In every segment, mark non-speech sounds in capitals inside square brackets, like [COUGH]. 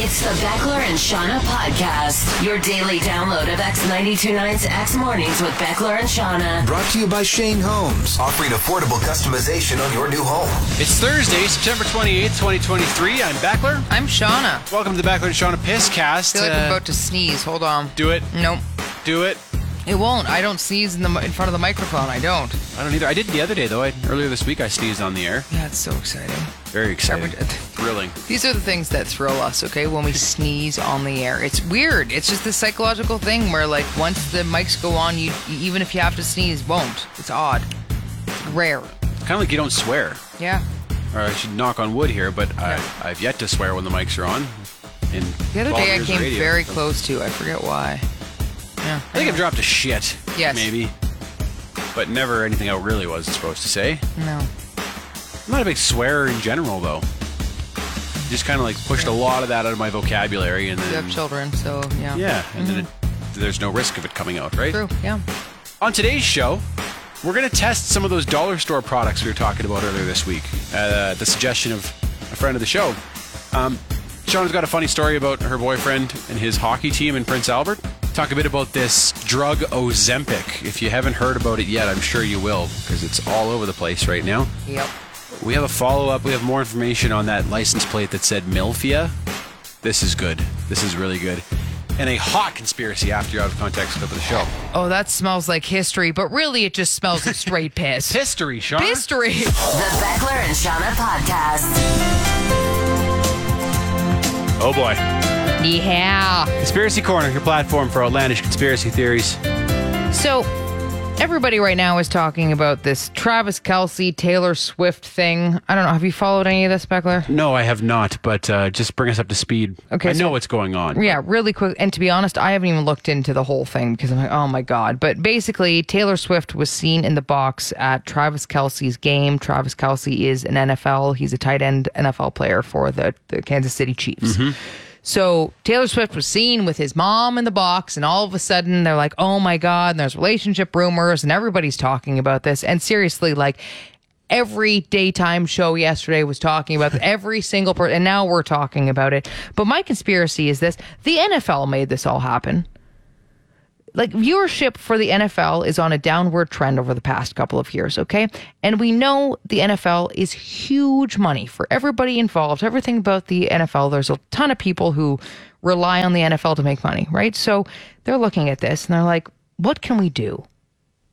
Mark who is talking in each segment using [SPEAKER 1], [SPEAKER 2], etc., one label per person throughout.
[SPEAKER 1] It's the Beckler and Shauna podcast, your daily download of X92 Nights, X Mornings with Beckler and Shauna.
[SPEAKER 2] Brought to you by Shane Holmes.
[SPEAKER 3] offering affordable customization on your new home.
[SPEAKER 4] It's Thursday, September 28th, 2023. I'm Beckler.
[SPEAKER 5] I'm Shauna. I
[SPEAKER 4] Welcome to the Beckler and Shauna Pisscast.
[SPEAKER 5] feel like
[SPEAKER 4] Uh,
[SPEAKER 5] I'm about to sneeze. Hold on.
[SPEAKER 4] do it.
[SPEAKER 5] Nope.
[SPEAKER 4] Do it.
[SPEAKER 5] It won't. I don't sneeze in the mi- in front of the microphone. I don't.
[SPEAKER 4] I don't either. I did the other day, though. I, earlier this week, I sneezed on the air.
[SPEAKER 5] Yeah, it's so exciting.
[SPEAKER 4] Very exciting.
[SPEAKER 5] Every-
[SPEAKER 4] Thrilling.
[SPEAKER 5] These are the things that thrill us, okay? When we sneeze on the air. It's weird. It's just this psychological thing where like once the mics go on, you you- even if you have to sneeze, won't. It's odd. Rare.
[SPEAKER 4] Kind of like you don't swear.
[SPEAKER 5] Yeah.
[SPEAKER 4] Or I should knock on wood here, but I,
[SPEAKER 5] Yeah.
[SPEAKER 4] I've yet to swear when the mics are on. And
[SPEAKER 5] The other day I came
[SPEAKER 4] radio,
[SPEAKER 5] very
[SPEAKER 4] so-
[SPEAKER 5] close to. I forget why. Yeah.
[SPEAKER 4] I think I've dropped a shit.
[SPEAKER 5] Yes.
[SPEAKER 4] Maybe. But never anything I really wasn't supposed to say.
[SPEAKER 5] No.
[SPEAKER 4] I'm not a big swearer in general, though. Just kind of like pushed a lot of that out of my vocabulary, and
[SPEAKER 5] You
[SPEAKER 4] then
[SPEAKER 5] have children, so yeah.
[SPEAKER 4] Yeah, and then it, there's no risk of it coming out, right?
[SPEAKER 5] True. Yeah.
[SPEAKER 4] On today's show, we're going to test some of those dollar store products we were talking about earlier this week. Uh, the suggestion of a friend of the show. Um, Shauna's got a funny story about her boyfriend and his hockey team in Prince Albert. Talk a bit about this drug Ozempic. If you haven't heard about it yet, I'm sure you will because it's all over the place right now.
[SPEAKER 5] Yep.
[SPEAKER 4] We have a follow up. We have more information on that license plate that said Milfia. This is good. This is really good. And a hot conspiracy after your out of context clip of the show.
[SPEAKER 5] Oh, that smells like history, but really it just smells of [LAUGHS] straight piss.
[SPEAKER 4] History, Sean.
[SPEAKER 5] History.
[SPEAKER 1] The Beckler and Shauna podcast.
[SPEAKER 4] Oh boy.
[SPEAKER 5] Yeah.
[SPEAKER 4] Conspiracy Corner, your platform for outlandish conspiracy theories.
[SPEAKER 5] So everybody right now is talking about this Travis Kelsey, Taylor Swift thing. I don't know. Have you followed any of this, Beckler?
[SPEAKER 4] No, I have not, but uh, just bring us up to speed.
[SPEAKER 5] Okay,
[SPEAKER 4] I know
[SPEAKER 5] so-
[SPEAKER 4] what's going on.
[SPEAKER 5] Yeah, really quick. And to be honest, I haven't even looked into the whole thing because I'm like, oh my God. But basically, Taylor Swift was seen in the box at Travis Kelsey's game. Travis Kelsey is an NFL, he's a tight end NFL player for the, the Kansas City Chiefs. So Taylor Swift was seen with his mom in the box, and all of a sudden they're like, oh my God, and there's relationship rumors, and everybody's talking about this. And seriously, like every daytime show yesterday was talking about this, every single person, and now we're talking about it. But my conspiracy is this the NFL made this all happen. Like viewership for the NFL is on a downward trend over the past couple of years, okay? And we know the NFL is huge money for everybody involved, everything about the NFL. There's a ton of people who rely on the NFL to make money, right? So they're looking at this and they're like, what can we do?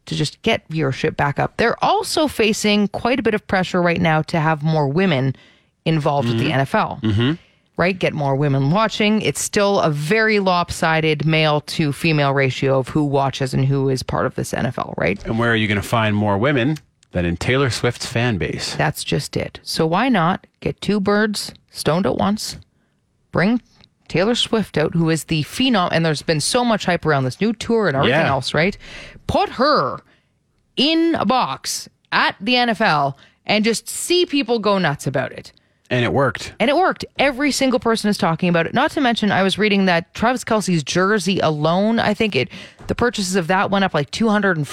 [SPEAKER 5] to just get viewership back up. They're also facing quite a bit of pressure right now to have more women involved with the NFL. Right? Get more women watching. It's still a very lopsided male to female ratio of who watches and who is part of this NFL, right?
[SPEAKER 4] And where are you going to find more women than in Taylor Swift's fan base?
[SPEAKER 5] That's just it. So why not get two birds stoned at once? Bring Taylor Swift out, who is the phenom, and there's been so much hype around this new tour and everything
[SPEAKER 4] Yeah.
[SPEAKER 5] else, right? Put her in a box at the NFL and just see people go nuts about it.
[SPEAKER 4] And it worked.
[SPEAKER 5] And it worked. Every single person is talking about it. Not to mention, I was reading that Travis Kelsey's jersey alone, I think it, the purchases of that went up like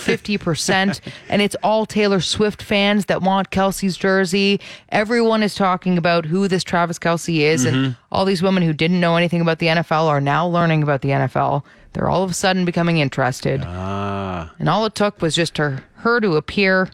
[SPEAKER 5] 250%. and it's all Taylor Swift fans that want Kelsey's jersey. Everyone is talking about who this Travis Kelsey is. And all these women who didn't know anything about the NFL are now learning about the NFL. They're all of a sudden becoming interested. And all it took was just her, her to appear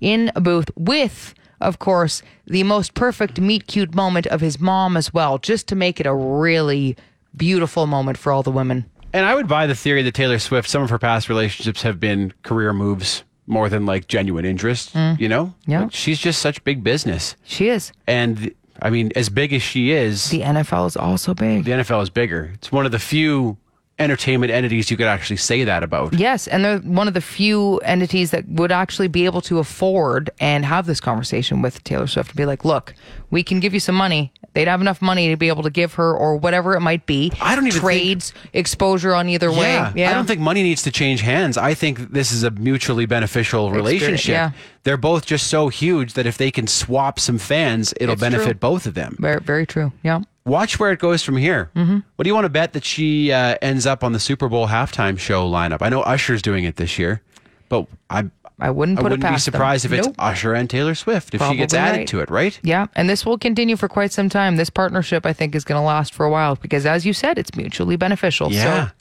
[SPEAKER 5] in a booth with, of course, the most perfect meet cute moment of his mom as well, just to make it a really beautiful moment for all the women.
[SPEAKER 4] And I would buy the theory that Taylor Swift, some of her past relationships have been career moves more than like genuine interest, you know?
[SPEAKER 5] Mm. Yeah.
[SPEAKER 4] Like, She's just such big business.
[SPEAKER 5] She is.
[SPEAKER 4] And I mean, as big as she is,
[SPEAKER 5] The NFL is also big.
[SPEAKER 4] the NFL is bigger. It's one of the few entertainment entities you could actually say that about.
[SPEAKER 5] Yes, and they're one of the few entities that would actually be able to afford and have this conversation with Taylor Swift and be like, look, we can give you some money. They'd have enough money to be able to give her or whatever it might be.
[SPEAKER 4] I don't even think-
[SPEAKER 5] trades exposure on either
[SPEAKER 4] Yeah.
[SPEAKER 5] way. Yeah,
[SPEAKER 4] I don't think money needs to change hands. I think this is a mutually beneficial relationship.
[SPEAKER 5] yeah.
[SPEAKER 4] They're both just so huge that if they can swap some fans, it'll
[SPEAKER 5] It's
[SPEAKER 4] benefit
[SPEAKER 5] true.
[SPEAKER 4] both of them.
[SPEAKER 5] very, very true. Yeah.
[SPEAKER 4] Watch where it goes from here. Mm-hmm. What do you want to bet that she uh, ends up on the Super Bowl halftime show lineup? I know Usher's doing it this year, but I
[SPEAKER 5] I wouldn't
[SPEAKER 4] I
[SPEAKER 5] put
[SPEAKER 4] wouldn't
[SPEAKER 5] it past
[SPEAKER 4] be surprised
[SPEAKER 5] them.
[SPEAKER 4] if it's
[SPEAKER 5] Nope.
[SPEAKER 4] Usher and Taylor Swift if she gets
[SPEAKER 5] Probably
[SPEAKER 4] added
[SPEAKER 5] right.
[SPEAKER 4] to it, right?
[SPEAKER 5] Yeah, and this will continue for quite some time. This partnership, I think, is going to last for a while because, as you said, it's mutually beneficial.
[SPEAKER 4] Yeah.
[SPEAKER 5] So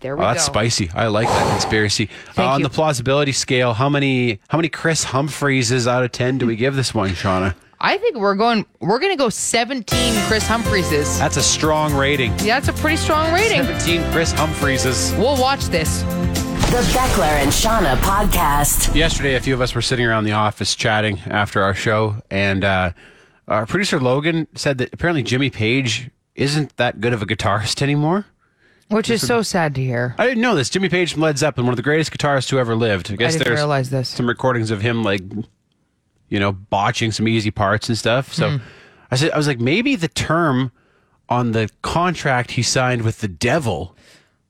[SPEAKER 5] there we
[SPEAKER 4] Oh,
[SPEAKER 5] go.
[SPEAKER 4] that's spicy. I like that conspiracy.
[SPEAKER 5] [SIGHS]
[SPEAKER 4] Uh, on
[SPEAKER 5] you.
[SPEAKER 4] the plausibility scale, how many how many Chris Humphreys out of ten do we give this one, Shauna?
[SPEAKER 5] I think we're going. We're going to go 17 Chris Humphreys's.
[SPEAKER 4] That's a strong rating.
[SPEAKER 5] Yeah, that's a pretty strong rating.
[SPEAKER 4] Seventeen Chris Humphreys.
[SPEAKER 5] We'll watch this.
[SPEAKER 1] The Beckler and Shauna Podcast.
[SPEAKER 4] Yesterday, a few of us were sitting around the office chatting after our show, and uh, our producer Logan said that apparently Jimmy Page isn't that good of a guitarist anymore.
[SPEAKER 5] Which is so sad to hear.
[SPEAKER 4] I didn't know this. Jimmy Page from Led Zeppelin, one of the greatest guitarists who ever lived. I guess
[SPEAKER 5] didn't
[SPEAKER 4] there's
[SPEAKER 5] realize this.
[SPEAKER 4] some recordings of him like, you know, botching some easy parts and stuff.
[SPEAKER 5] Hmm.
[SPEAKER 4] So I said, I was like, maybe the term on the contract he signed with the devil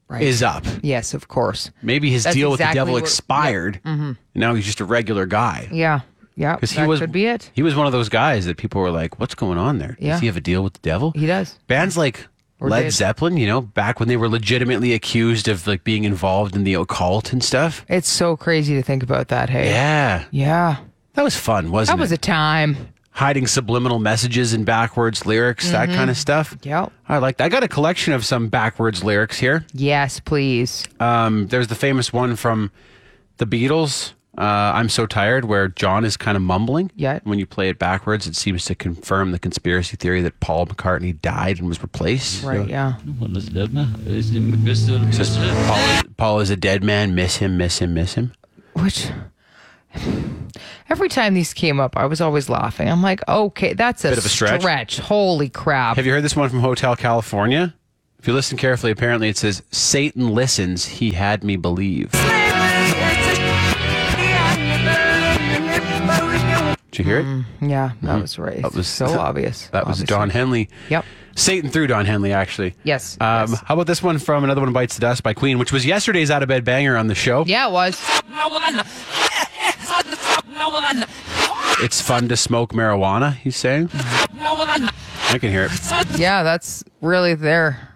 [SPEAKER 5] Right.
[SPEAKER 4] is up.
[SPEAKER 5] Yes, of course.
[SPEAKER 4] Maybe his
[SPEAKER 5] That's
[SPEAKER 4] deal with the
[SPEAKER 5] exactly
[SPEAKER 4] devil
[SPEAKER 5] what- Mm-hmm.
[SPEAKER 4] expired. and Now he's just a regular guy.
[SPEAKER 5] Yeah, yeah.
[SPEAKER 4] Because he
[SPEAKER 5] that
[SPEAKER 4] was
[SPEAKER 5] could be it.
[SPEAKER 4] He was one of those guys that people were like, "What's going on there?
[SPEAKER 5] Yeah.
[SPEAKER 4] Does he have a deal with the devil?"
[SPEAKER 5] He does.
[SPEAKER 4] Bands like
[SPEAKER 5] Or
[SPEAKER 4] Led
[SPEAKER 5] did.
[SPEAKER 4] Zeppelin, you know, back when they were legitimately accused of like being involved in the occult and stuff.
[SPEAKER 5] It's so crazy to think about that. Hey.
[SPEAKER 4] Yeah,
[SPEAKER 5] Yeah.
[SPEAKER 4] that was fun, wasn't
[SPEAKER 5] That was
[SPEAKER 4] it?
[SPEAKER 5] a time.
[SPEAKER 4] Hiding subliminal messages in backwards lyrics, that
[SPEAKER 5] Mm-hmm.
[SPEAKER 4] kind of stuff.
[SPEAKER 5] Yep.
[SPEAKER 4] I like that. I got a collection of some backwards lyrics here.
[SPEAKER 5] Yes, please.
[SPEAKER 4] Um, there's the famous one from the Beatles. Uh, I'm so tired, where John is kind of mumbling.
[SPEAKER 5] Yeah.
[SPEAKER 4] When you play it backwards, it seems to confirm the conspiracy theory that Paul McCartney died and was replaced.
[SPEAKER 5] Right. Yeah.
[SPEAKER 6] Well, das lernt man. Das ist im Christus.
[SPEAKER 4] It says, Paul, is, Paul is a dead man. Miss him. Miss him. Miss him.
[SPEAKER 5] Which every time these came up, I was always laughing. I'm like, okay, that's a,
[SPEAKER 4] Bit of a stretch.
[SPEAKER 5] Holy crap!
[SPEAKER 4] Have you heard this one from Hotel California? If you listen carefully, apparently it says, "Satan listens. He had me believe." Did you hear it?
[SPEAKER 5] yeah, that was right. That
[SPEAKER 4] Mm-hmm. was-
[SPEAKER 5] was so obvious.
[SPEAKER 4] [LAUGHS] That was
[SPEAKER 5] Mm, obviously.
[SPEAKER 4] Don Henley.
[SPEAKER 5] Yep.
[SPEAKER 4] Satan through Don Henley, actually.
[SPEAKER 5] Yes,
[SPEAKER 4] Um,
[SPEAKER 5] yes.
[SPEAKER 4] How about this one from Another One Bites the Dust by Queen, which was yesterday's Out of Bed Banger on the show.
[SPEAKER 5] Yeah, it was.
[SPEAKER 4] It's fun to smoke marijuana, he's saying.
[SPEAKER 5] Mm-hmm.
[SPEAKER 4] I can hear it.
[SPEAKER 5] Yeah, that's really there.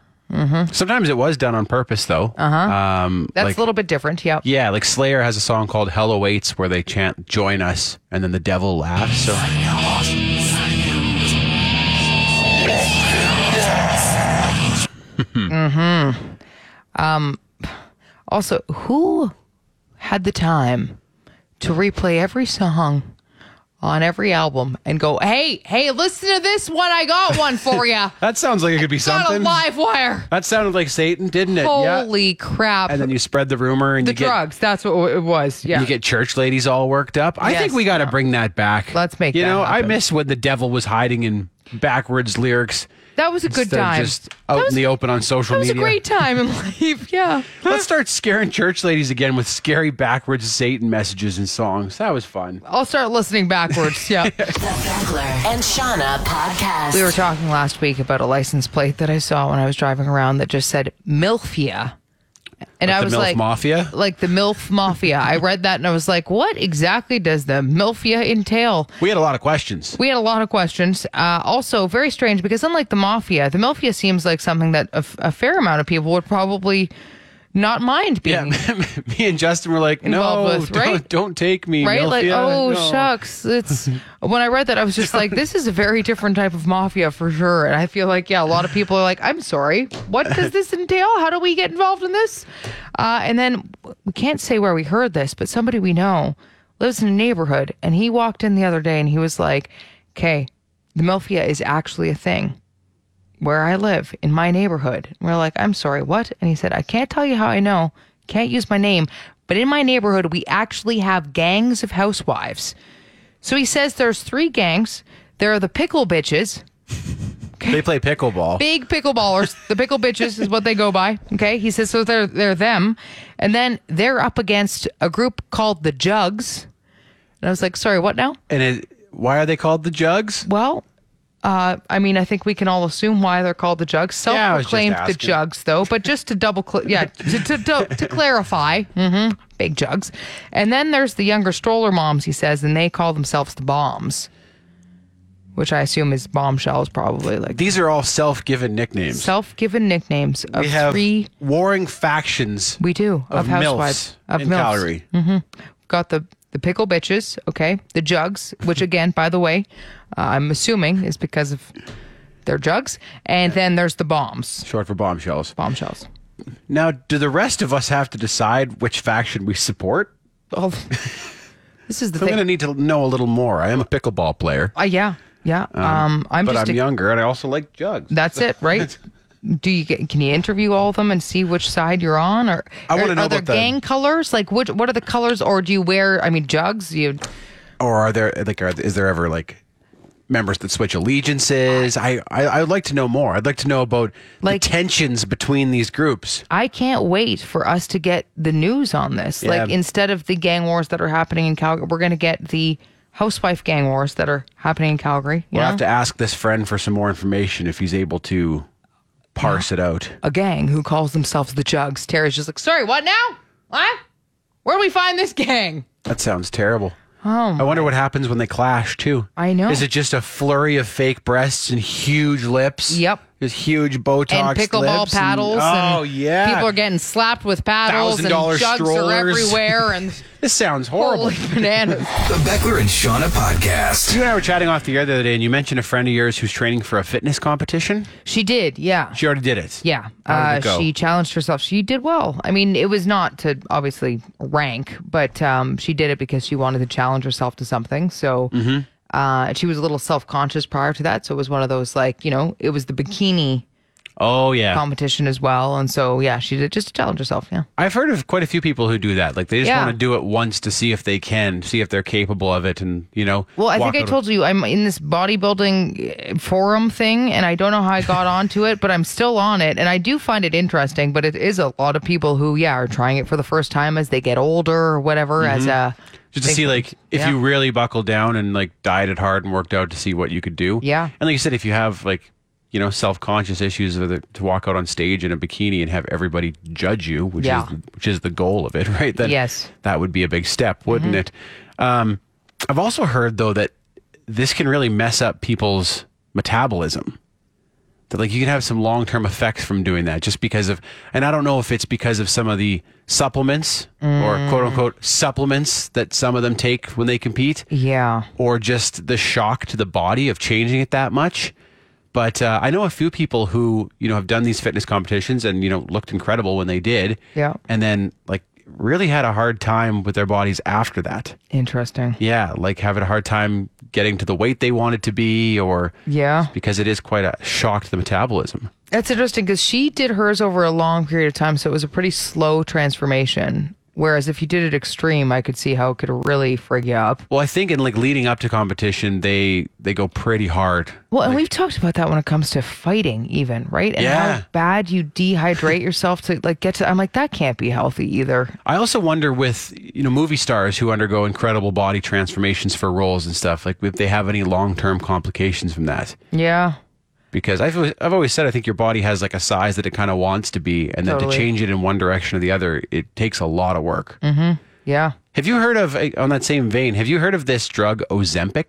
[SPEAKER 4] Sometimes it was done on purpose, though.
[SPEAKER 5] Uh-huh.
[SPEAKER 4] Uh huh. Um,
[SPEAKER 5] That's
[SPEAKER 4] like-
[SPEAKER 5] a little bit different. Yep.
[SPEAKER 4] Yeah, like Slayer has a song called Hell Awaits where they chant, Join us, and then the devil laughs. So.
[SPEAKER 5] Also, who had the time to replay every song on every album and go, "Hey, hey, listen to this one. I got one for you.
[SPEAKER 4] That sounds like it could [LAUGHS] be
[SPEAKER 5] got a
[SPEAKER 4] something.
[SPEAKER 5] live wire."
[SPEAKER 4] That sounded like Satan, didn't it? yeah.
[SPEAKER 5] Holy crap!
[SPEAKER 4] And then you spread the rumor and
[SPEAKER 5] the
[SPEAKER 4] you get
[SPEAKER 5] drugs. That's what it was. Yeah.
[SPEAKER 4] You get church ladies all worked up. I think
[SPEAKER 5] Yes.
[SPEAKER 4] we got to bring that back.
[SPEAKER 5] Let's make
[SPEAKER 4] You
[SPEAKER 5] that
[SPEAKER 4] know, I
[SPEAKER 5] happen.
[SPEAKER 4] miss when the devil was hiding in backwards lyrics.
[SPEAKER 5] that was a good
[SPEAKER 4] instead of
[SPEAKER 5] time.
[SPEAKER 4] Just
[SPEAKER 5] that
[SPEAKER 4] out
[SPEAKER 5] was,
[SPEAKER 4] in the open on social
[SPEAKER 5] that was a
[SPEAKER 4] media.
[SPEAKER 5] great time in [LAUGHS] life. Yeah.
[SPEAKER 4] Let's start scaring church ladies again with scary backwards Satan messages and songs. That was fun.
[SPEAKER 5] I'll start listening backwards.
[SPEAKER 4] [LAUGHS]
[SPEAKER 5] Yeah.
[SPEAKER 1] The Beckler and Shauna Podcast.
[SPEAKER 5] we were talking last week about a license plate that I saw when I was driving around that just said Milfia. And I
[SPEAKER 4] the
[SPEAKER 5] was
[SPEAKER 4] MILF
[SPEAKER 5] like,
[SPEAKER 4] Mafia?
[SPEAKER 5] Like the MILF Mafia. I read that and I was like, what exactly does the Milfia entail?
[SPEAKER 4] We had a lot of questions.
[SPEAKER 5] We had a lot of questions. Uh, also, very strange because unlike the mafia, the mafia seems like something that a, f- a fair amount of people would probably not mind
[SPEAKER 4] Yeah,
[SPEAKER 5] being
[SPEAKER 4] [LAUGHS] me and Justin were like, no,
[SPEAKER 5] Mm. Involved with,
[SPEAKER 4] don't,
[SPEAKER 5] right?
[SPEAKER 4] don't take me.
[SPEAKER 5] right. Like,
[SPEAKER 4] Milfia,
[SPEAKER 5] oh
[SPEAKER 4] no." [LAUGHS]
[SPEAKER 5] shucks, it's when I read that I was just like, this is a very different type of mafia for sure. And I feel like yeah, a lot of people are like, I'm sorry, what does this entail? How do we get involved in this? Uh, and then we can't say where we heard this, but somebody we know lives in a neighborhood, and he walked in the other day and he was like, okay, the mafia is actually a thing where I live in my neighborhood. And we're like, I'm sorry, what? And he said, I can't tell you how I know, can't use my name, but in my neighborhood, we actually have gangs of housewives. So he says there's three gangs. There are the pickle bitches,
[SPEAKER 4] They play pickleball.
[SPEAKER 5] big pickleballers. The pickle bitches is what they go by. Okay. He says, so they're, they're them. And then they're up against a group called the Jugs. And I was like, sorry, what now?
[SPEAKER 4] And it, why are they called the jugs?
[SPEAKER 5] Well, uh, I mean, I think we can all assume why they're called the jugs.
[SPEAKER 4] Yeah, I was just
[SPEAKER 5] Self-proclaimed the
[SPEAKER 4] asking.
[SPEAKER 5] jugs, though, but just to double, cl- yeah, to to, to, to clarify, hmm big jugs. And then there's the younger stroller moms, he says, and they call themselves the bombs, which I assume is bombshells, probably like
[SPEAKER 4] These are all self given nicknames.
[SPEAKER 5] self-given nicknames of
[SPEAKER 4] we have
[SPEAKER 5] three.
[SPEAKER 4] warring factions
[SPEAKER 5] We do
[SPEAKER 4] of,
[SPEAKER 5] of housewives
[SPEAKER 4] MILFs
[SPEAKER 5] of
[SPEAKER 4] in
[SPEAKER 5] MILFs. Mm.
[SPEAKER 4] Calgary.
[SPEAKER 5] got the the pickle bitches, okay, the jugs, which again, by the way, uh, I'm assuming is because of their jugs, and then there's the bombs,
[SPEAKER 4] Short for bombshells.
[SPEAKER 5] bombshells.
[SPEAKER 4] Now, do the rest of us have to decide which faction we support?
[SPEAKER 5] Oh, [LAUGHS] this is
[SPEAKER 4] I'm
[SPEAKER 5] the thing.
[SPEAKER 4] going to need to know a little more. I am a pickleball player,
[SPEAKER 5] Uh, yeah, yeah. Um, I'm
[SPEAKER 4] but
[SPEAKER 5] just.
[SPEAKER 4] I'm
[SPEAKER 5] a-
[SPEAKER 4] younger, and I also like jugs.
[SPEAKER 5] That's it,
[SPEAKER 4] [LAUGHS]
[SPEAKER 5] right? Do you get, can you interview all of them and see which side you're on, or
[SPEAKER 4] I wanna
[SPEAKER 5] are-
[SPEAKER 4] know
[SPEAKER 5] are there
[SPEAKER 4] about the-
[SPEAKER 5] gang colors? Like, which what are the colors, or do you wear? I mean, jugs. You
[SPEAKER 4] or are there like are is there ever like members that switch allegiances i i, I would like to know more i'd like to know about
[SPEAKER 5] Like-
[SPEAKER 4] the tensions between these groups
[SPEAKER 5] I can't wait for us to get the news on this. Like
[SPEAKER 4] Yeah.
[SPEAKER 5] instead of the gang wars that are happening in Calgary, we're going to get the housewife gang wars that are happening in Calgary. You
[SPEAKER 4] we'll
[SPEAKER 5] know?
[SPEAKER 4] have to ask this friend for some more information if he's able to parse it out
[SPEAKER 5] a gang who calls themselves the Jugs. Terry's just like, sorry, what now? What? Where do we find this gang?
[SPEAKER 4] that sounds terrible oh i wonder what happens when they clash too
[SPEAKER 5] I know.
[SPEAKER 4] is it just a flurry of fake breasts and huge lips
[SPEAKER 5] Yep.
[SPEAKER 4] just huge botox
[SPEAKER 5] and pickleball
[SPEAKER 4] lips and-
[SPEAKER 5] paddles.
[SPEAKER 4] oh yeah
[SPEAKER 5] people are getting slapped with paddles and
[SPEAKER 4] $1,000
[SPEAKER 5] jugs
[SPEAKER 4] strollers.
[SPEAKER 5] are everywhere
[SPEAKER 4] [LAUGHS]
[SPEAKER 5] and
[SPEAKER 4] this sounds horrible
[SPEAKER 5] holy bananas.
[SPEAKER 3] The Beckler and Shauna podcast.
[SPEAKER 4] [LAUGHS] you and i were chatting off the air the other day and you mentioned a friend of yours who's training for a fitness competition
[SPEAKER 5] She did, yeah.
[SPEAKER 4] She already did it.
[SPEAKER 5] Yeah,
[SPEAKER 4] How
[SPEAKER 5] uh,
[SPEAKER 4] did it go?
[SPEAKER 5] she challenged herself. She did well. I mean, it was not to obviously rank, but um, she did it because she wanted to challenge herself to something. So
[SPEAKER 4] Mm-hmm.
[SPEAKER 5] uh, she was a little self conscious prior to that. So it was one of those like you know, it was the bikini
[SPEAKER 4] Oh yeah.
[SPEAKER 5] competition as well, and so yeah, she did just to challenge herself. Yeah,
[SPEAKER 4] I've heard of quite a few people who do that. Like they just
[SPEAKER 5] Yeah.
[SPEAKER 4] want to do it once to see if they can, see if they're capable of it, and you know.
[SPEAKER 5] Well, I
[SPEAKER 4] walk
[SPEAKER 5] think I
[SPEAKER 4] out
[SPEAKER 5] told you I'm in this bodybuilding uh, forum thing, and I don't know how
[SPEAKER 4] [LAUGHS]
[SPEAKER 5] I got onto it, but I'm still on it, and I do find it interesting. But it is a lot of people who, yeah, are trying it for the first time as they get older or whatever. As
[SPEAKER 4] Mm-hmm.
[SPEAKER 5] a
[SPEAKER 4] just to
[SPEAKER 5] thing.
[SPEAKER 4] see like if
[SPEAKER 5] Yeah.
[SPEAKER 4] you really buckled down and like dieted hard and worked out to see what you could do.
[SPEAKER 5] Yeah.
[SPEAKER 4] And like you said, if you have like you know self conscious issues with it, to walk out on stage in a bikini and have everybody judge you, which
[SPEAKER 5] Yeah.
[SPEAKER 4] is which is the goal of it, [LAUGHS] right? Then
[SPEAKER 5] Yes.
[SPEAKER 4] that would be a big step, wouldn't it? Um, I've also heard though that this can really mess up people's metabolism. that like you can have some long term effects from doing that just because of and I don't know if it's because of some of the supplements or quote unquote supplements that some of them take when they compete
[SPEAKER 5] yeah,
[SPEAKER 4] or just the shock to the body of changing it that much. But uh, I know a few people who you know have done these fitness competitions and you know looked incredible when they did,
[SPEAKER 5] Yeah.
[SPEAKER 4] and then like really had a hard time with their bodies after that.
[SPEAKER 5] interesting.
[SPEAKER 4] Yeah, like having a hard time getting to the weight they wanted to be, or
[SPEAKER 5] Yeah.
[SPEAKER 4] because it is quite a shock to the metabolism.
[SPEAKER 5] That's interesting because she did hers over a long period of time, so it was a pretty slow transformation. Whereas if you did it extreme, I could see how it could really frig you up.
[SPEAKER 4] Well, I think in like leading up to competition, they they go pretty hard.
[SPEAKER 5] Well, and we've talked about that when it comes to fighting, even right, and
[SPEAKER 4] Yeah.
[SPEAKER 5] how bad you dehydrate yourself to like get to. I'm like, that can't be healthy either.
[SPEAKER 4] I also wonder with you know movie stars who undergo incredible body transformations for roles and stuff, like if they have any long term complications from that.
[SPEAKER 5] Yeah,
[SPEAKER 4] Because I've always- I've always said I think your body has like a size that it kind of wants to be, and then
[SPEAKER 5] Totally.
[SPEAKER 4] to change it in one direction or the other, it takes a lot of work.
[SPEAKER 5] yeah,
[SPEAKER 4] Have you heard of eh, on that same vein? Have you heard of this drug Ozempic?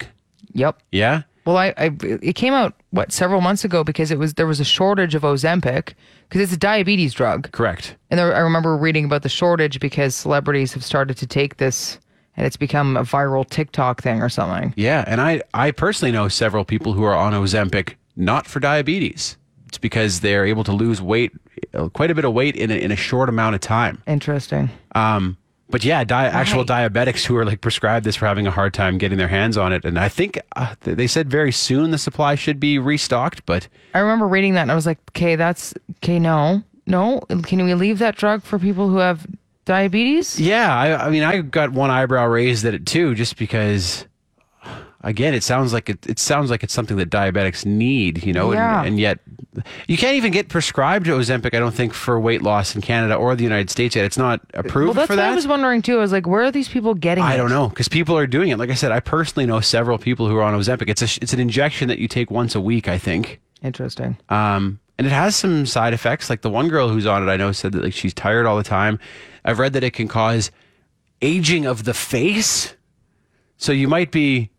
[SPEAKER 5] yep.
[SPEAKER 4] Yeah.
[SPEAKER 5] Well, I, I it came out what several months ago because it was there was a shortage of Ozempic because it's a diabetes drug,
[SPEAKER 4] Correct.
[SPEAKER 5] and there, I remember reading about the shortage because celebrities have started to take this, and it's become a viral TikTok thing or something.
[SPEAKER 4] Yeah, and I I personally know several people who are on Ozempic not for diabetes. It's because they're able to lose weight, uh, quite a bit of weight in a, in a short amount of time.
[SPEAKER 5] Interesting.
[SPEAKER 4] Um, but yeah, di- actual diabetics who are like prescribed this for having a hard time getting their hands on it, and I think uh, th- they said very soon the supply should be restocked. But
[SPEAKER 5] I remember reading that and I was like, okay, that's okay. No, no. Can we leave that drug for people who have diabetes?
[SPEAKER 4] yeah, I, I mean, I got one eyebrow raised at it too, just because. Again, it sounds like it, it sounds like it's something that diabetics need, you know,
[SPEAKER 5] Yeah.
[SPEAKER 4] and, and yet you can't even get prescribed Ozempic, I don't think, for weight loss in Canada or the United States yet. It's not approved
[SPEAKER 5] Well, that's
[SPEAKER 4] for
[SPEAKER 5] what
[SPEAKER 4] that.
[SPEAKER 5] I was wondering too. I was like, where are these people getting?
[SPEAKER 4] I
[SPEAKER 5] it?
[SPEAKER 4] don't know because people are doing it. Like I said, I personally know several people who are on Ozempic. It's a, it's an injection that you take once a week, I think,
[SPEAKER 5] Interesting.
[SPEAKER 4] um, and it has some side effects. Like the one girl who's on it, I know said that like she's tired all the time. I've read that it can cause aging of the face, so you might be,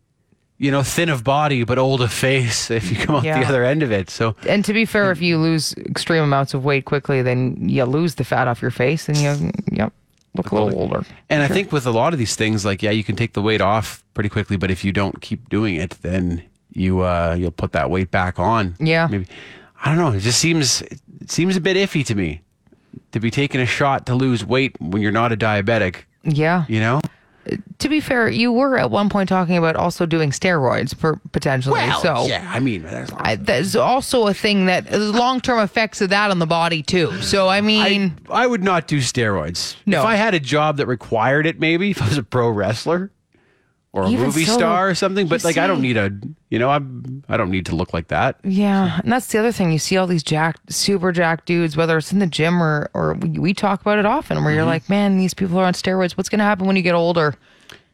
[SPEAKER 4] you know, thin of body but old of face [LAUGHS] if you come out
[SPEAKER 5] Yeah.
[SPEAKER 4] the other end of it. So
[SPEAKER 5] And to be fair, if you lose extreme amounts of weight quickly, then you lose the fat off your face, and you, yep, look a little older.
[SPEAKER 4] And I think with a lot of these things, like yeah, you can take the weight off pretty quickly, but if you don't keep doing it, then you uh, you'll put that weight back on.
[SPEAKER 5] Yeah.
[SPEAKER 4] maybe I don't know. It just seems it seems a bit iffy to me to be taking a shot to lose weight when you're not a diabetic.
[SPEAKER 5] Yeah.
[SPEAKER 4] You know,
[SPEAKER 5] To be fair, you were at one point talking about also doing steroids per, potentially. so
[SPEAKER 4] yeah, I mean, there's
[SPEAKER 5] I, that's also a thing that there's long term effects of that on the body too. So I mean,
[SPEAKER 4] I, I would not do steroids.
[SPEAKER 5] No.
[SPEAKER 4] If I had a job that required it, maybe if I was a pro wrestler or a
[SPEAKER 5] Even
[SPEAKER 4] movie
[SPEAKER 5] so,
[SPEAKER 4] star or something. But
[SPEAKER 5] you
[SPEAKER 4] like, I don't
[SPEAKER 5] see-
[SPEAKER 4] need a, you know, I'm, I don't need to look like that.
[SPEAKER 5] yeah, and that's the other thing. You see all these jacked, super jacked dudes, whether it's in the gym or or we, we talk about it often, where you're
[SPEAKER 4] Mm-hmm.
[SPEAKER 5] like, man, these people are on steroids. What's going to happen when you get older?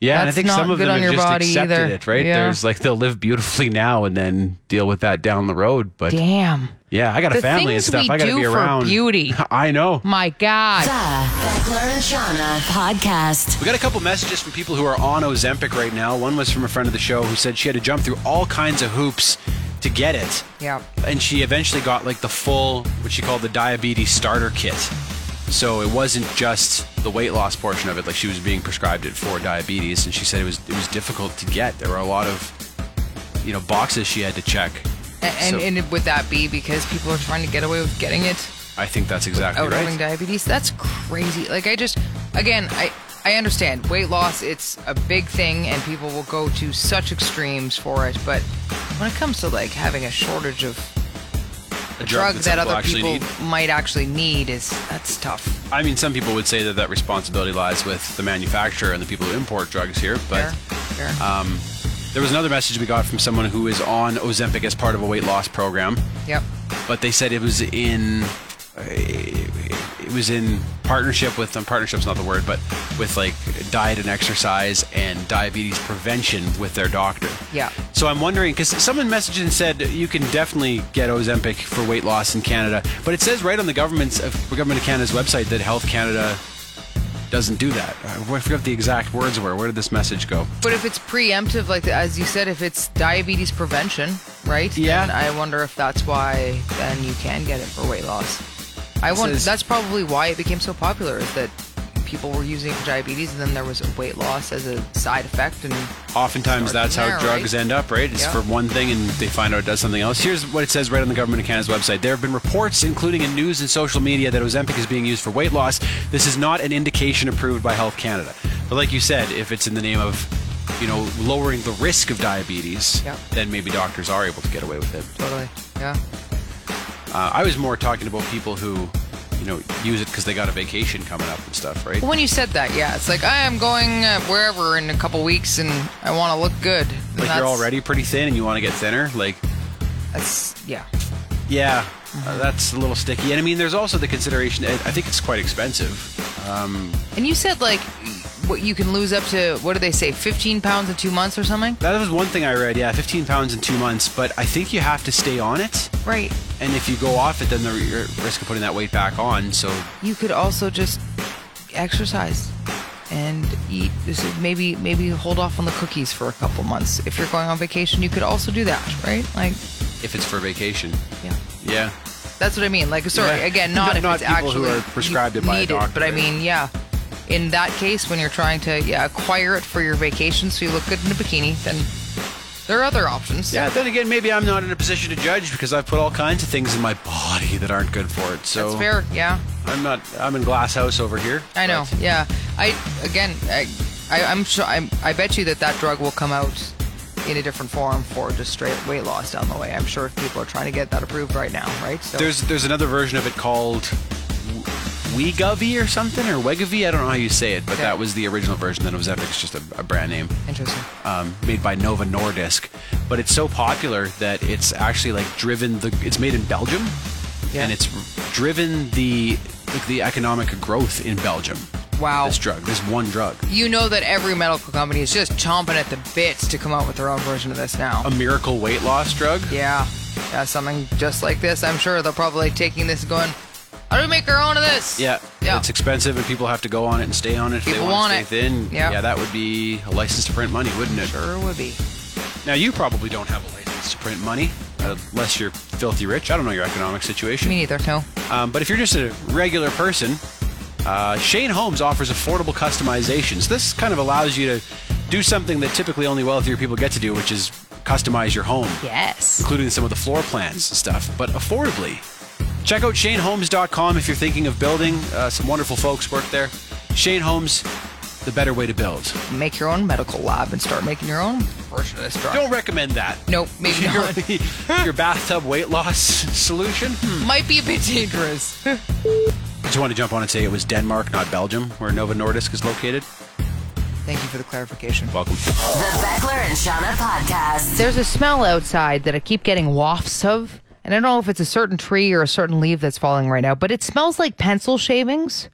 [SPEAKER 4] Yeah, and I
[SPEAKER 5] That's
[SPEAKER 4] think some
[SPEAKER 5] not
[SPEAKER 4] of
[SPEAKER 5] good
[SPEAKER 4] them
[SPEAKER 5] on
[SPEAKER 4] have
[SPEAKER 5] your
[SPEAKER 4] just
[SPEAKER 5] body
[SPEAKER 4] accepted
[SPEAKER 5] either.
[SPEAKER 4] it, right?
[SPEAKER 5] Yeah.
[SPEAKER 4] There's like they'll live beautifully now and then deal with that down the road. But
[SPEAKER 5] Damn,
[SPEAKER 4] yeah, I got a
[SPEAKER 5] The
[SPEAKER 4] family and
[SPEAKER 5] things
[SPEAKER 4] stuff.
[SPEAKER 5] we
[SPEAKER 4] I got to
[SPEAKER 5] do
[SPEAKER 4] be
[SPEAKER 5] for
[SPEAKER 4] around
[SPEAKER 5] beauty.
[SPEAKER 4] [LAUGHS] I know.
[SPEAKER 5] my God.
[SPEAKER 1] The Beckler and Shauna podcast.
[SPEAKER 4] We got a couple messages from people who are on Ozempic right now. One was from a friend of the show who said she had to jump through all kinds of hoops to get it.
[SPEAKER 5] Yeah.
[SPEAKER 4] and she eventually got like the full what she called the diabetes starter kit so it wasn't just the weight loss portion of it like she was being prescribed it for diabetes and she said it was it was difficult to get there were a lot of you know boxes she had to check
[SPEAKER 5] And,
[SPEAKER 4] So-
[SPEAKER 5] and, and would that be because people are trying to get away with getting it
[SPEAKER 4] i think that's exactly
[SPEAKER 5] out
[SPEAKER 4] right
[SPEAKER 5] having Oh, diabetes? That's crazy. Like I just, again, I I understand weight loss. It's a big thing, and people will go to such extremes for it. But when it comes to like having a shortage of
[SPEAKER 4] A
[SPEAKER 5] drug,
[SPEAKER 4] that some
[SPEAKER 5] that other
[SPEAKER 4] actually
[SPEAKER 5] people
[SPEAKER 4] need.
[SPEAKER 5] might actually need is that's tough.
[SPEAKER 4] i mean some people would say that that responsibility lies with the manufacturer and the people who import drugs here but uh,
[SPEAKER 5] Fair, fair.
[SPEAKER 4] there was another message we got from someone who is on ozempic as part of a weight loss program
[SPEAKER 5] yep.
[SPEAKER 4] but they said it was in it was in partnership with um, partnership's not the word but with like diet and exercise and diabetes prevention with their doctor
[SPEAKER 5] Yeah.
[SPEAKER 4] so i'm wondering because someone messaged and said you can definitely get ozempic for weight loss in canada but it says right on the government's of government of canada's website that health canada doesn't do that i forgot what the exact words were where did this message go
[SPEAKER 5] But if it's preemptive, like as you said, if it's diabetes prevention, right?
[SPEAKER 4] Yeah.
[SPEAKER 5] Then I wonder if that's why then you can get it for weight loss. I wonder.
[SPEAKER 4] is-
[SPEAKER 5] That's probably why it became so popular is that people were using it for diabetes, and then there was a weight loss as a side effect. And
[SPEAKER 4] oftentimes
[SPEAKER 5] Start
[SPEAKER 4] that's
[SPEAKER 5] from
[SPEAKER 4] how
[SPEAKER 5] there,
[SPEAKER 4] drugs
[SPEAKER 5] right?
[SPEAKER 4] end up, right? It's
[SPEAKER 5] Yeah.
[SPEAKER 4] for one thing and they find out it does something else. Here's what it says right on the Government of Canada's website. There have been reports, including in news and social media, that Ozempic is being used for weight loss. This is not an indication approved by Health Canada. But like you said, if it's in the name of you know, lowering the risk of diabetes,
[SPEAKER 5] Yeah.
[SPEAKER 4] then maybe doctors are able to get away with it.
[SPEAKER 5] totally. Yeah.
[SPEAKER 4] Uh, I was more talking about people who, you know, use it because they got a vacation coming up and stuff, right?
[SPEAKER 5] Well, when you said that, yeah, it's like I am going uh, wherever in a couple weeks, and I want to look good. And
[SPEAKER 4] Like
[SPEAKER 5] that's-
[SPEAKER 4] you're already pretty thin and you want to get thinner, like
[SPEAKER 5] That's yeah.
[SPEAKER 4] Yeah, uh, that's a little sticky. And I mean, there's also the consideration. I I think it's quite expensive.
[SPEAKER 5] And you said like, what you can lose up to what do they say, 15 pounds in two months or something?
[SPEAKER 4] That was one thing I read. Yeah, 15 pounds in two months. But I think you have to stay on it.
[SPEAKER 5] Right.
[SPEAKER 4] And if you go off it, then the you're at risk of putting that weight back on. So
[SPEAKER 5] You could also just exercise and eat. This is maybe maybe hold off on the cookies for a couple months. If you're going on vacation, you could also do that, right? Like,
[SPEAKER 4] if it's for vacation,
[SPEAKER 5] yeah.
[SPEAKER 4] yeah.
[SPEAKER 5] That's what I mean. Like, sorry,
[SPEAKER 4] Yeah.
[SPEAKER 5] again, not
[SPEAKER 4] Not-
[SPEAKER 5] if
[SPEAKER 4] not
[SPEAKER 5] it's
[SPEAKER 4] people
[SPEAKER 5] actually
[SPEAKER 4] who are prescribed it by a
[SPEAKER 5] needed,
[SPEAKER 4] doctor.
[SPEAKER 5] but I mean, yeah. In that case, when you're trying to yeah acquire it for your vacation, so you look good in a bikini, then there are other options.
[SPEAKER 4] Yeah. Then again, maybe I'm not in a position to judge because I've put all kinds of things in my body that aren't good for it. So
[SPEAKER 5] that's fair. Yeah.
[SPEAKER 4] I'm not. I'm in glass house over here.
[SPEAKER 5] I know.
[SPEAKER 4] but-
[SPEAKER 5] Yeah. I again. I, I I'm sure. I'm, I bet you that that drug will come out in a different form for just straight weight loss down the way. I'm sure if people are trying to get that approved right now, right? So
[SPEAKER 4] There's there's another version of it called Wegovy or something or Wegovy. I don't know how you say it, but
[SPEAKER 5] Okay.
[SPEAKER 4] that was the original version. Then it was Epic. It's just a, a brand name
[SPEAKER 5] interesting.
[SPEAKER 4] um, made by Nova Nordisk. But it's so popular that it's actually like driven the. It's made in Belgium,
[SPEAKER 5] Yeah.
[SPEAKER 4] and it's driven the like the economic growth in Belgium.
[SPEAKER 5] Wow.
[SPEAKER 4] This drug, this one drug,
[SPEAKER 5] You know that every medical company is just chomping at the bits to come out with their own version of this now.
[SPEAKER 4] a miracle weight loss drug.
[SPEAKER 5] yeah. Yeah. Something just like this. I'm sure they're probably taking this and going. How do we make our own of this?
[SPEAKER 4] Yeah,
[SPEAKER 5] Yeah.
[SPEAKER 4] it's expensive, and people have to go on it and stay on it if
[SPEAKER 5] People
[SPEAKER 4] they want,
[SPEAKER 5] want
[SPEAKER 4] to stay
[SPEAKER 5] it.
[SPEAKER 4] thin.
[SPEAKER 5] Yeah.
[SPEAKER 4] yeah, that would be a license to print money, wouldn't it?
[SPEAKER 5] sure would be.
[SPEAKER 4] Now, you probably don't have a license to print money, uh, unless you're filthy rich. I don't know your economic situation.
[SPEAKER 5] Me neither. No.
[SPEAKER 4] Um, but if you're just a regular person, Uh, Shane Holmes offers affordable customizations. This kind of allows you to do something that typically only wealthier people get to do, which is customize your home
[SPEAKER 5] Yes.
[SPEAKER 4] including some of the floor plans and stuff, but affordably. Check out shanehomes.com if you're thinking of building. Uh, some wonderful folks work there. Shane Homes, the better way to build.
[SPEAKER 5] Make your own medical lab and start making your own version of this drug.
[SPEAKER 4] Don't recommend that.
[SPEAKER 5] Nope, [LAUGHS] maybe
[SPEAKER 4] [LAUGHS]
[SPEAKER 5] not.
[SPEAKER 4] Your, your bathtub weight loss [LAUGHS] solution? Hmm.
[SPEAKER 5] Might be a bit dangerous.
[SPEAKER 4] I just want to jump on and say it was Denmark, not Belgium, where Nova Nordisk is located.
[SPEAKER 5] Thank you for the clarification.
[SPEAKER 4] Welcome.
[SPEAKER 1] The Beckler and Shauna podcast.
[SPEAKER 5] There's a smell outside that I keep getting wafts of, and I don't know if it's a certain tree or a certain leaf that's falling right now, but it smells like pencil shavings.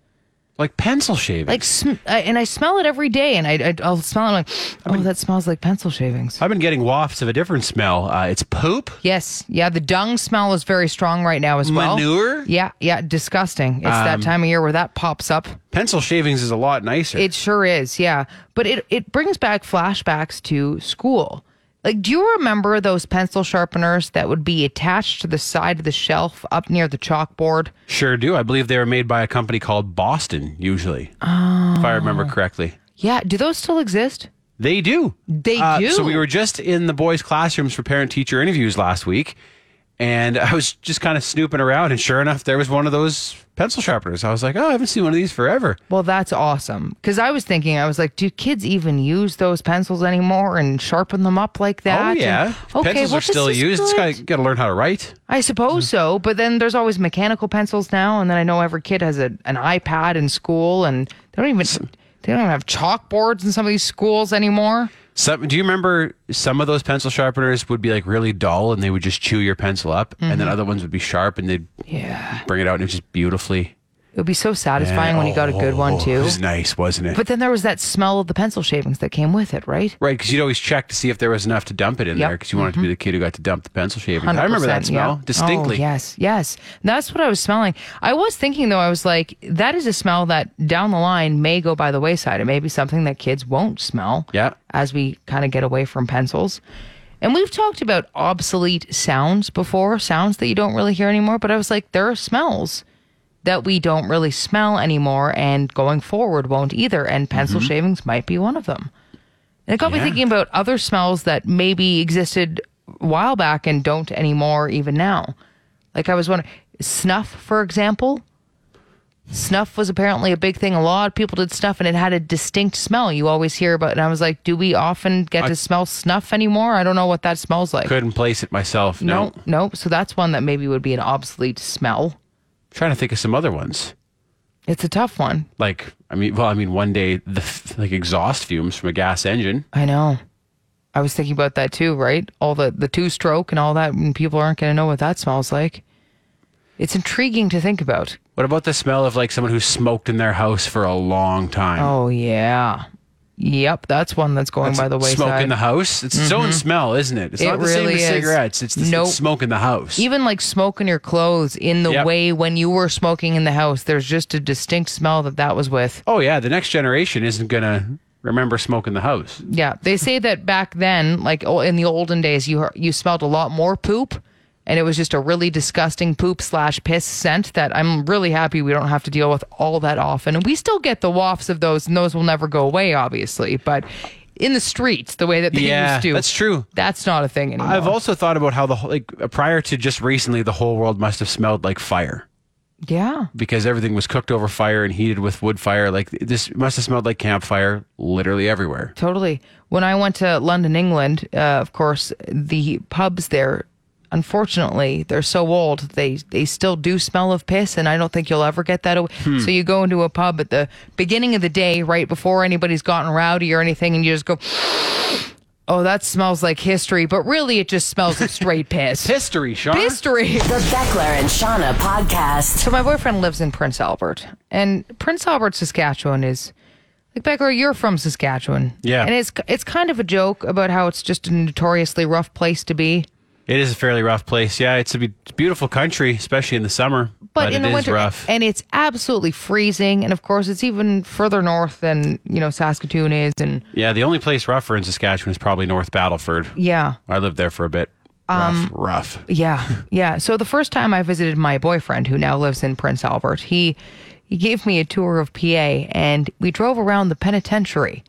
[SPEAKER 4] Like pencil shaving.
[SPEAKER 5] Like, sm- uh, and I smell it every day, and I, I I'll smell it. I'm like, Uh- oh, that smells like pencil shavings.
[SPEAKER 4] I've been getting wafts of a different smell. Uh, it's poop.
[SPEAKER 5] Yes, yeah, the dung smell is very strong right now as well.
[SPEAKER 4] Manure?
[SPEAKER 5] Yeah, yeah, disgusting. It's that time of year where that pops up.
[SPEAKER 4] Pencil shavings is a lot nicer.
[SPEAKER 5] It sure is, yeah. But it it brings back flashbacks to school. Like, do you remember those pencil sharpeners that would be attached to the side of the shelf up near the chalkboard?
[SPEAKER 4] Sure do. I believe they were made by a company called Boston, usually, if I remember
[SPEAKER 5] Oh.
[SPEAKER 4] correctly.
[SPEAKER 5] Yeah, do those still exist?
[SPEAKER 4] They do. Uh,
[SPEAKER 5] They do?
[SPEAKER 4] So we were just in the boys' classrooms for parent teacher interviews last week, and I was just kind of snooping around, and sure enough, there was one of those pencil sharpeners. I was like, oh, I haven't seen one of these forever.
[SPEAKER 5] Well, that's awesome. Because I was thinking, I was like, do kids even use those pencils anymore and sharpen them up like that?
[SPEAKER 4] oh,
[SPEAKER 5] And-
[SPEAKER 4] yeah.
[SPEAKER 5] okay,
[SPEAKER 4] Pencils
[SPEAKER 5] well,
[SPEAKER 4] are still
[SPEAKER 5] this is
[SPEAKER 4] used. It's
[SPEAKER 5] good.
[SPEAKER 4] got, got to learn how to write.
[SPEAKER 5] I suppose so, but then there's always mechanical pencils now, and then I know every kid has a, an iPad in school, and they don't even they don't even have chalkboards in some of these schools anymore.
[SPEAKER 4] Some, do you remember some of those pencil sharpeners would be like really dull and they would just chew your pencil up, and
[SPEAKER 5] Mm-hmm.
[SPEAKER 4] then other ones would be sharp and they'd
[SPEAKER 5] Yeah,
[SPEAKER 4] bring it out and it was just beautifully.
[SPEAKER 5] it would be so satisfying when you got a good one
[SPEAKER 4] Oh, It
[SPEAKER 5] too.
[SPEAKER 4] was nice, wasn't it?
[SPEAKER 5] But then there was that smell of the pencil shavings that came with it, right?
[SPEAKER 4] Right, because you'd always check to see if there was enough to dump it in
[SPEAKER 5] Yep. Mm-hmm.
[SPEAKER 4] there, because you wanted to be the kid who got to dump the pencil shavings. I remember that
[SPEAKER 5] 100%,
[SPEAKER 4] smell
[SPEAKER 5] yeah.
[SPEAKER 4] distinctly.
[SPEAKER 5] Oh, yes, yes. That's what I was smelling. I was thinking though, I was like, that is a smell that down the line may go by the wayside. It may be something that kids won't smell.
[SPEAKER 4] Yeah.
[SPEAKER 5] As we kind of get away from pencils. And we've talked about obsolete sounds before, sounds that you don't really hear anymore, but I was like, there are smells that we don't really smell anymore and going forward won't either. And pencil shavings might be one of them. And it got me
[SPEAKER 4] Mm-hmm. Yeah.
[SPEAKER 5] thinking about other smells that maybe existed a while back and don't anymore even now. Like I was wondering, snuff, for example. Snuff was apparently a big thing. A lot of people did snuff and it had a distinct smell you always hear about. And I was like, do we often get to smell snuff anymore? I don't know what that smells like.
[SPEAKER 4] Couldn't place it myself. No.
[SPEAKER 5] no, no. So that's one that maybe would be an obsolete smell.
[SPEAKER 4] Trying to think of some other ones.
[SPEAKER 5] It's a tough one.
[SPEAKER 4] Like, I mean, well, I mean, one day the f- like exhaust fumes from a gas engine.
[SPEAKER 5] I know. I was thinking about that too, right? All the the two stroke and all that, and people aren't going to know what that smells like. It's intriguing to think about.
[SPEAKER 4] What about the smell of like someone who smoked in their house for a long time?
[SPEAKER 5] Oh yeah, yep, that's one that's going Oh, by the wayside. Mm-hmm.
[SPEAKER 4] smoke in the house. It's its own smell, isn't it? It's
[SPEAKER 5] It
[SPEAKER 4] not the same
[SPEAKER 5] really
[SPEAKER 4] as
[SPEAKER 5] is.
[SPEAKER 4] cigarettes. It's the it's
[SPEAKER 5] Nope.
[SPEAKER 4] smoke in the house.
[SPEAKER 5] Even like smoke in your clothes in the
[SPEAKER 4] Yep.
[SPEAKER 5] way when you were smoking in the house, there's just a distinct smell that that was with.
[SPEAKER 4] oh yeah, the next generation isn't gonna remember smoke in the house.
[SPEAKER 5] Yeah, they say that back then, like oh, in the olden days, you you smelled a lot more poop, and it was just a really disgusting poop slash piss scent that I'm really happy we don't have to deal with all that often. And we still get the wafts of those, and those will never go away, obviously. But in the streets, the way that they
[SPEAKER 4] Yeah,
[SPEAKER 5] used to,
[SPEAKER 4] that's true.
[SPEAKER 5] That's not a thing anymore.
[SPEAKER 4] I've also thought about how the whole, like prior to just recently, the whole world must have smelled like fire
[SPEAKER 5] yeah,
[SPEAKER 4] because everything was cooked over fire and heated with wood fire. Like this must have smelled like campfire literally everywhere.
[SPEAKER 5] Totally. When I went to London, England, uh, of course, the pubs there, unfortunately, they're so old they they still do smell of piss, and I don't think you'll ever get that away. So you go into a pub at the beginning of the day, right before anybody's gotten rowdy or anything, and you just go. Oh, that smells like history, but really it just smells of straight piss.
[SPEAKER 4] History, Sean.
[SPEAKER 5] history.
[SPEAKER 1] The Beckler and Shauna podcast.
[SPEAKER 5] So my boyfriend lives in Prince Albert, and Prince Albert, Saskatchewan is like Becker. You're from Saskatchewan,
[SPEAKER 4] Yeah.
[SPEAKER 5] and it's it's kind of a joke about how it's just a notoriously rough place to be.
[SPEAKER 4] It is a fairly rough place. Yeah, it's a be- it's a beautiful country, especially in the summer.
[SPEAKER 5] But, in the
[SPEAKER 4] it is
[SPEAKER 5] winter, eh,
[SPEAKER 4] rough.
[SPEAKER 5] and it's absolutely freezing, and of course it's even further north than you know Saskatoon is, and
[SPEAKER 4] yeah, the only place rougher in Saskatchewan is probably North Battleford.
[SPEAKER 5] yeah,
[SPEAKER 4] I lived there for a bit.
[SPEAKER 5] Um,
[SPEAKER 4] rough, rough.
[SPEAKER 5] Yeah, yeah. So the first time I visited my boyfriend, who now lives in Prince Albert, he He gave me a tour of PA and we drove around the penitentiary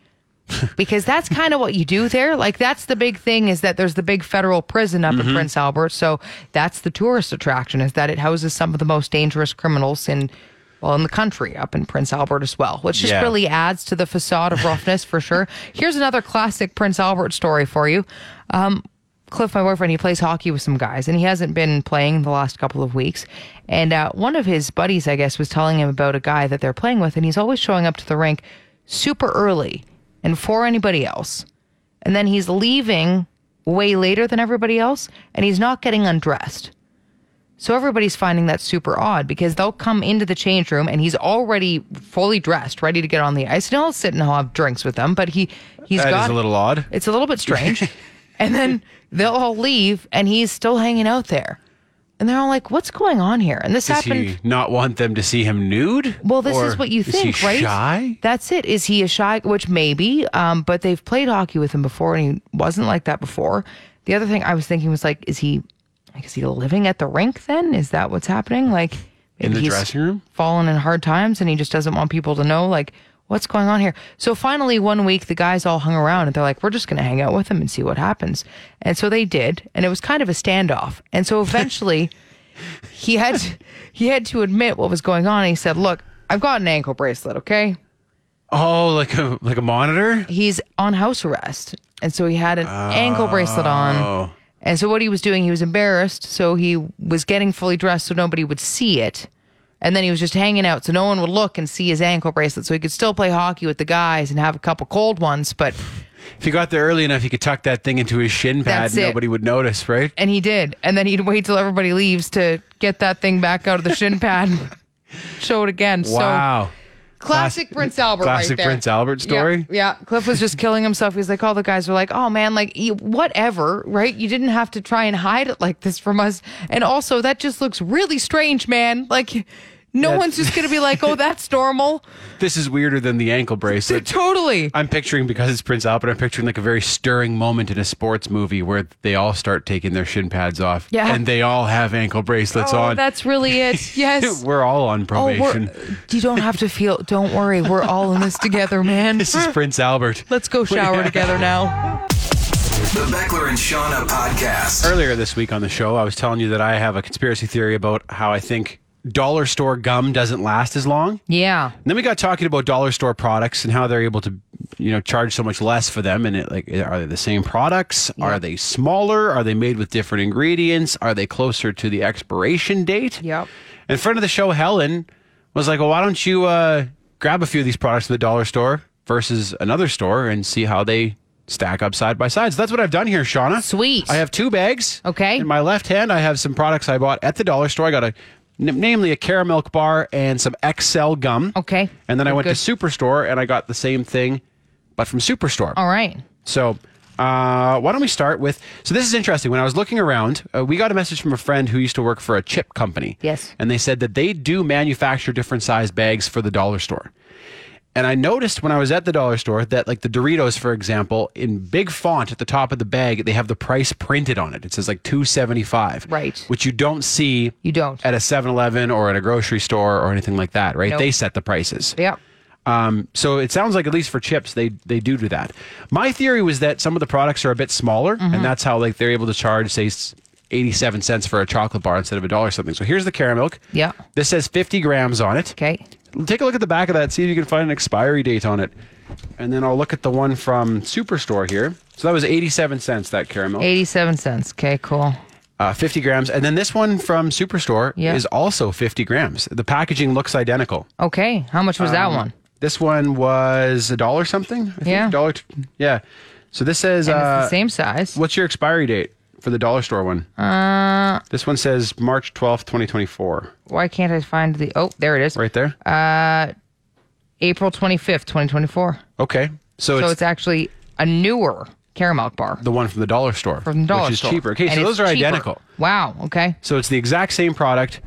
[SPEAKER 5] because that's kind of what you do there. Like that's the big thing is that there's the big federal prison up in Prince Albert. So that's the tourist attraction is that it houses some of the most dangerous criminals in well in the country up in Prince Albert as well, which just
[SPEAKER 4] Yeah.
[SPEAKER 5] really adds to the facade of roughness for sure. Here's another classic Prince Albert story for you. Um, Cliff, my boyfriend, he plays hockey with some guys, and he hasn't been playing the last couple of weeks. And uh, one of his buddies, I guess, was telling him about a guy that they're playing with, and he's always showing up to the rink super early and for anybody else. And then he's leaving way later than everybody else, and he's not getting undressed. So everybody's finding that super odd because they'll come into the change room and he's already fully dressed, ready to get on the ice. And I'll sit and I'll have drinks with them, but he he's
[SPEAKER 4] That
[SPEAKER 5] got
[SPEAKER 4] is a little odd.
[SPEAKER 5] it's a little
[SPEAKER 4] [LAUGHS]
[SPEAKER 5] bit strange. and then they'll all leave and he's still hanging out there. And they're all like, what's going on here? And this
[SPEAKER 4] Does
[SPEAKER 5] happened.
[SPEAKER 4] he not want them to see him nude?
[SPEAKER 5] Well, this
[SPEAKER 4] Or
[SPEAKER 5] is what you think,
[SPEAKER 4] is he
[SPEAKER 5] right?
[SPEAKER 4] Shy?
[SPEAKER 5] That's it. Is he a shy? Which maybe, um, but they've played hockey with him before, and he wasn't like that before. The other thing I was thinking was like, is he, like, is he living at the rink? Then is that what's happening? Like,
[SPEAKER 4] In
[SPEAKER 5] maybe
[SPEAKER 4] the
[SPEAKER 5] he's
[SPEAKER 4] dressing room?
[SPEAKER 5] fallen in hard times, and he just doesn't want people to know, like. What's going on here? So finally, one week, the guys all hung around and they're like, we're just going to hang out with him and see what happens. And so they did. And it was kind of a standoff. And so
[SPEAKER 4] [LAUGHS]
[SPEAKER 5] eventually, he had he had to admit what was going on. He said, "Look, I've got an ankle bracelet, okay?
[SPEAKER 4] Oh, like a like a monitor?
[SPEAKER 5] He's on house arrest." And so he had an ankle bracelet on. And so what he was doing, he was embarrassed, so he was getting fully dressed so nobody would see it. And then he was just hanging out so no one would look and see his ankle bracelet so he could still play hockey with the guys and have a couple cold ones, but
[SPEAKER 4] If he got there early enough, he could tuck that thing into his shin pad
[SPEAKER 5] That's
[SPEAKER 4] and
[SPEAKER 5] it.
[SPEAKER 4] nobody would notice, right?
[SPEAKER 5] and he did. And then he'd wait till everybody leaves to get that thing back out of the shin pad. and Show it again. So
[SPEAKER 4] Wow.
[SPEAKER 5] Classic
[SPEAKER 4] Classic-
[SPEAKER 5] Prince Albert.
[SPEAKER 4] classic
[SPEAKER 5] right there.
[SPEAKER 4] Prince Albert story?
[SPEAKER 5] Yeah, yeah. Cliff was just killing himself. He's like, all the guys were like, "Oh man, like you, whatever, right? You didn't have to try and hide it like this from us." And also, that just looks really strange, man. Like, no
[SPEAKER 4] That's-
[SPEAKER 5] one's just gonna be like, "Oh,
[SPEAKER 4] [LAUGHS]
[SPEAKER 5] that's normal."
[SPEAKER 4] This is weirder than the ankle
[SPEAKER 5] [LAUGHS]
[SPEAKER 4] bracelet.
[SPEAKER 5] totally.
[SPEAKER 4] I'm picturing because it's Prince Albert. I'm picturing like a very stirring moment in a sports movie where they all start taking their shin pads off,
[SPEAKER 5] Yeah.
[SPEAKER 4] and they all have ankle bracelets
[SPEAKER 5] oh,
[SPEAKER 4] on.
[SPEAKER 5] that's really it. Yes.
[SPEAKER 4] [LAUGHS] We're all on
[SPEAKER 5] Oh, we're, [LAUGHS]
[SPEAKER 4] probation.
[SPEAKER 5] you don't have to feel. Don't worry. We're all in this together,
[SPEAKER 4] [LAUGHS]
[SPEAKER 5] man.
[SPEAKER 4] this is Prince Albert.
[SPEAKER 5] Let's go shower together now.
[SPEAKER 3] The Beckler and Shauna podcast.
[SPEAKER 4] Earlier this week on the show, I was telling you that I have a conspiracy theory about how I think dollar store gum doesn't last as long.
[SPEAKER 5] Yeah.
[SPEAKER 4] And then we got talking about dollar store products and how they're able to, you know, charge so much less for them. And it, like, are they the same products? Are they smaller? Are they made with different ingredients? Are they closer to the expiration date?
[SPEAKER 5] Yep.
[SPEAKER 4] In front of the show, Helen was like, "Well, why don't you uh, grab a few of these products from the dollar store versus another store and see how they stack up side by side?" So that's what I've done here, Shauna.
[SPEAKER 5] Sweet.
[SPEAKER 4] I have two bags.
[SPEAKER 5] Okay.
[SPEAKER 4] In my left hand, I have some products I bought at the dollar store. I got a, n- namely, a caramel bar and some XL gum.
[SPEAKER 5] Okay.
[SPEAKER 4] And then I
[SPEAKER 5] Good,
[SPEAKER 4] went
[SPEAKER 5] good.
[SPEAKER 4] to Superstore and I got the same thing, but from Superstore.
[SPEAKER 5] All right.
[SPEAKER 4] So, uh, why don't we start with? So, this is interesting. When I was looking around, uh, we got a message from a friend who used to work for a chip company.
[SPEAKER 5] Yes.
[SPEAKER 4] And they said that they do manufacture different size bags for the dollar store. And I noticed when I was at the dollar store that, like the Doritos, for example, in big font at the top of the bag, they have the price printed on it. It says like two seventy five,
[SPEAKER 5] Right.
[SPEAKER 4] Which you don't see.
[SPEAKER 5] You don't.
[SPEAKER 4] at a 7-Eleven or at a grocery store or anything like that, right?
[SPEAKER 5] Nope.
[SPEAKER 4] They set the prices.
[SPEAKER 5] Yep.
[SPEAKER 4] Um, so it sounds like at least for chips, they they do do that. My theory was that some of the products are a bit smaller, and that's how like they're able to charge say s- eighty-seven cents for a chocolate bar instead of a dollar something. So here's the caramel.
[SPEAKER 5] Yeah.
[SPEAKER 4] This says fifty grams on it.
[SPEAKER 5] Okay.
[SPEAKER 4] Take a look at the back of that. See if you can find an expiry date on it, and then I'll look at the one from Superstore here. So that was eighty-seven cents that caramel,
[SPEAKER 5] Eighty-seven cents. Okay. Cool.
[SPEAKER 4] uh, fifty grams, and then this one from Superstore
[SPEAKER 5] Yeah.
[SPEAKER 4] is also fifty grams. The packaging looks identical.
[SPEAKER 5] Okay. How much was that
[SPEAKER 4] Um,
[SPEAKER 5] one?
[SPEAKER 4] This one was a dollar something. I think.
[SPEAKER 5] Yeah.
[SPEAKER 4] dollar. t- yeah. So this says uh,
[SPEAKER 5] And it's the same size.
[SPEAKER 4] What's your expiry date for the dollar store one? Uh, this one says March twelfth, twenty twenty four.
[SPEAKER 5] Why can't I find the? Oh, there it is.
[SPEAKER 4] Right there.
[SPEAKER 5] April twenty fifth, twenty twenty four.
[SPEAKER 4] okay. So,
[SPEAKER 5] So
[SPEAKER 4] it's,
[SPEAKER 5] it's actually a newer caramel bar
[SPEAKER 4] the one from the dollar store,
[SPEAKER 5] from the dollar
[SPEAKER 4] which is
[SPEAKER 5] store.
[SPEAKER 4] cheaper. Okay,
[SPEAKER 5] And
[SPEAKER 4] so
[SPEAKER 5] it's
[SPEAKER 4] those are
[SPEAKER 5] cheaper.
[SPEAKER 4] identical.
[SPEAKER 5] Wow. Okay.
[SPEAKER 4] So it's the exact same product.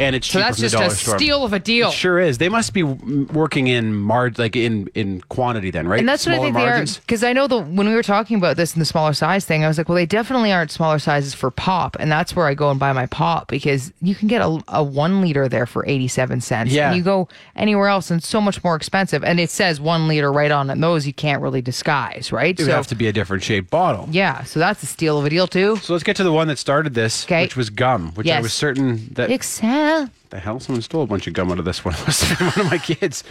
[SPEAKER 4] and it's
[SPEAKER 5] So
[SPEAKER 4] cheaper
[SPEAKER 5] that's
[SPEAKER 4] from the
[SPEAKER 5] just
[SPEAKER 4] dollar
[SPEAKER 5] a
[SPEAKER 4] store.
[SPEAKER 5] steal of a deal.
[SPEAKER 4] It sure is. They must be w- working in mar- like in in quantity then, right?
[SPEAKER 5] And that's what I
[SPEAKER 4] Smaller
[SPEAKER 5] think
[SPEAKER 4] margins?
[SPEAKER 5] they are. Because I know the when we were talking about this in the smaller size thing, I was like, well, they definitely aren't smaller sizes for pop, and that's where I go and buy my pop because you can get a, a one liter there for eighty seven cents.
[SPEAKER 4] Yeah.
[SPEAKER 5] and you go anywhere else and it's so much more expensive, and it says one liter right on it. And those you can't really disguise, right?
[SPEAKER 4] It would
[SPEAKER 5] so
[SPEAKER 4] have to be a different shaped bottle.
[SPEAKER 5] yeah, so that's a steal of a deal too.
[SPEAKER 4] So let's get to the one that started this,
[SPEAKER 5] Okay.
[SPEAKER 4] which was gum, which I
[SPEAKER 5] Yes.
[SPEAKER 4] was certain that
[SPEAKER 5] Excel.
[SPEAKER 4] the hell someone stole a bunch of gum out of this one. [LAUGHS] It was one of my
[SPEAKER 5] [LAUGHS]
[SPEAKER 4] kids.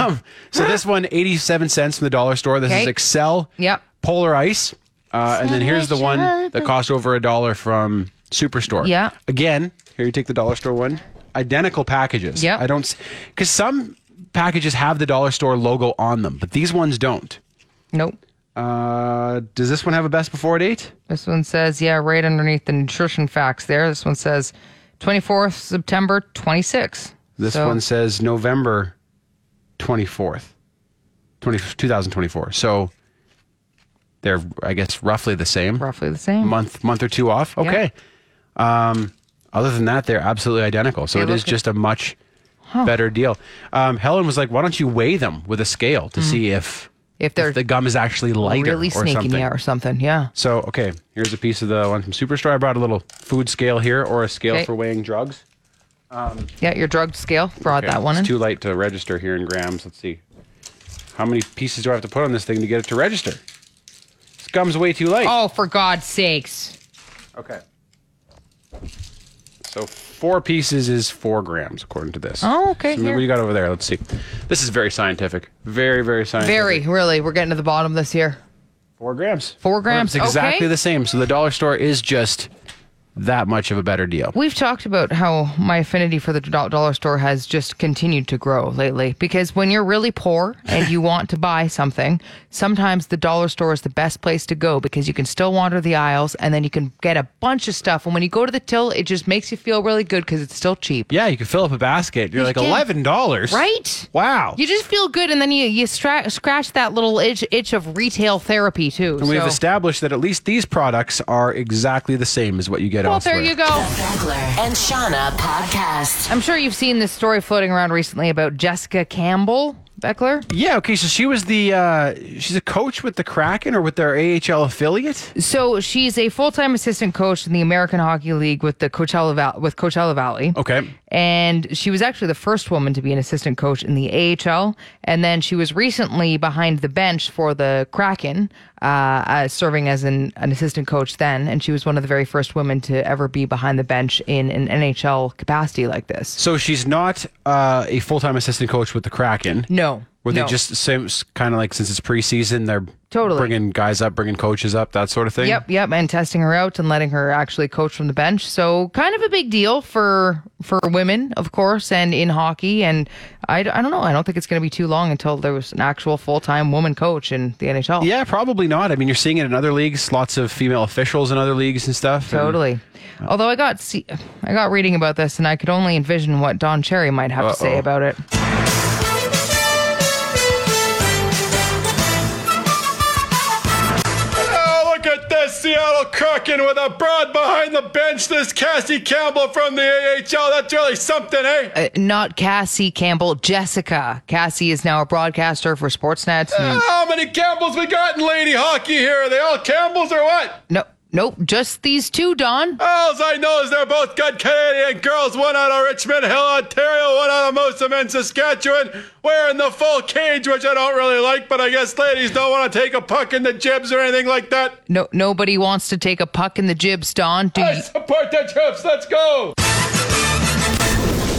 [SPEAKER 4] Um, so this one, eighty-seven cents from the dollar store. This is
[SPEAKER 5] Okay.
[SPEAKER 4] Excel.
[SPEAKER 5] Yep.
[SPEAKER 4] Polar Ice, uh, and then here's the one that cost over a dollar from Superstore.
[SPEAKER 5] Yeah.
[SPEAKER 4] Again, here you take the dollar store one. Identical packages.
[SPEAKER 5] Yep.
[SPEAKER 4] I don't because some packages have the dollar store logo on them, but these ones don't.
[SPEAKER 5] Nope.
[SPEAKER 4] Uh, does this one have a best before date?
[SPEAKER 5] This one says, yeah, right underneath the nutrition facts there. This one says, twenty fourth September twenty six.
[SPEAKER 4] This one says November 24th, 20, 2024. So they're, I guess, roughly the same.
[SPEAKER 5] roughly the same.
[SPEAKER 4] Month, month or two off. Okay. Um, other than that, they're absolutely identical. So
[SPEAKER 5] They
[SPEAKER 4] it is
[SPEAKER 5] look-
[SPEAKER 4] just a much better deal. Um, Helen was like, why don't you weigh them with a scale to see if,
[SPEAKER 5] If Mm. they're
[SPEAKER 4] the gum is actually lighter
[SPEAKER 5] really
[SPEAKER 4] or
[SPEAKER 5] sneaking
[SPEAKER 4] something?
[SPEAKER 5] you or something. Yeah.
[SPEAKER 4] So, okay, here's a piece of the one from Superstore. I brought a little food scale here or a scale
[SPEAKER 5] Okay.
[SPEAKER 4] for weighing drugs.
[SPEAKER 5] Yeah, your drug scale brought
[SPEAKER 4] Okay,
[SPEAKER 5] that one
[SPEAKER 4] It's
[SPEAKER 5] in.
[SPEAKER 4] too light to register here in grams. Let's see. How many pieces do I have to put on this thing to get it to register? This gum's way too light.
[SPEAKER 5] oh, for God's sakes.
[SPEAKER 4] Okay. So four pieces is four grams, according to this.
[SPEAKER 5] Oh, okay,
[SPEAKER 4] So maybe
[SPEAKER 5] here.
[SPEAKER 4] what you got over there? Let's see. This is very scientific. Very, very scientific.
[SPEAKER 5] Very, really. We're getting to the bottom of this here.
[SPEAKER 4] Four grams.
[SPEAKER 5] Four grams,
[SPEAKER 4] It's exactly
[SPEAKER 5] okay.
[SPEAKER 4] the same. So the dollar store is just that much of a better deal.
[SPEAKER 5] We've talked about how my affinity for the do- dollar store has just continued to grow lately because when you're really poor and you [LAUGHS] want to buy something, sometimes the dollar store is the best place to go because you can still wander the aisles and then you can get a bunch of stuff. And when you go to the till, it just makes you feel really good because it's still cheap.
[SPEAKER 4] Yeah, you can fill up a basket. You're like
[SPEAKER 5] can.
[SPEAKER 4] eleven dollars.
[SPEAKER 5] Right?
[SPEAKER 4] Wow.
[SPEAKER 5] You just feel good, and then you you stra- scratch that little itch, itch of retail therapy too.
[SPEAKER 4] And we've
[SPEAKER 5] so-
[SPEAKER 4] established that at least these products are exactly the same as what you get
[SPEAKER 5] well,
[SPEAKER 4] elsewhere.
[SPEAKER 5] there you go.
[SPEAKER 1] Beckler and Shauna podcast.
[SPEAKER 5] I'm sure you've seen this story floating around recently about Jessica Campbell Beckler.
[SPEAKER 4] Yeah. Okay. So she was the uh, she's a coach with the Kraken or with their AHL affiliate.
[SPEAKER 5] So she's a full time assistant coach in the American Hockey League with the Coachella Val- with Coachella Valley.
[SPEAKER 4] Okay.
[SPEAKER 5] And she was actually the first woman to be an assistant coach in the AHL. And then she was recently behind the bench for the Kraken, uh, uh, serving as an, an assistant coach then. And she was one of the very first women to ever be behind the bench in an NHL capacity like this.
[SPEAKER 4] So she's not uh, a full time assistant coach with the Kraken.
[SPEAKER 5] No.
[SPEAKER 4] Were
[SPEAKER 5] no.
[SPEAKER 4] they just same kind of like since it's preseason they're
[SPEAKER 5] Totally.
[SPEAKER 4] bringing guys up, bringing coaches up, that sort of thing.
[SPEAKER 5] Yep, yep, and testing her out and letting her actually coach from the bench. So kind of a big deal for for women, of course, and in hockey. And I, I don't know. I don't think it's going to be too long until there was an actual full time woman coach in the NHL.
[SPEAKER 4] Yeah, probably not. I mean, you're seeing it in other leagues. Lots of female officials in other leagues and stuff. and-
[SPEAKER 5] Totally. Although I got see, I got reading about this, and I could only envision what Don Cherry might have to say
[SPEAKER 4] Uh-oh.
[SPEAKER 5] about it.
[SPEAKER 4] Oh, look at this Seattle Kraken with a broad behind the bench. This Cassie Campbell from the AHL. That's really something, eh?
[SPEAKER 5] Uh, not Cassie Campbell, Jessica. Cassie is now a broadcaster for Sportsnet. and-
[SPEAKER 4] How many Campbells we got in lady hockey here? Are they all Campbells or what?
[SPEAKER 5] no, nope, just these two, Don.
[SPEAKER 4] All I know is they're both good Canadian girls. One out of Richmond Hill, Ontario. One out of Moosomin, Saskatchewan. Wearing the full cage, which I don't really like, but I guess ladies don't want to take a puck in the jibs or anything like that.
[SPEAKER 5] No, nobody wants to take a puck in the jibs, Don. Do
[SPEAKER 4] I
[SPEAKER 5] you?
[SPEAKER 4] support the trips. Let's go.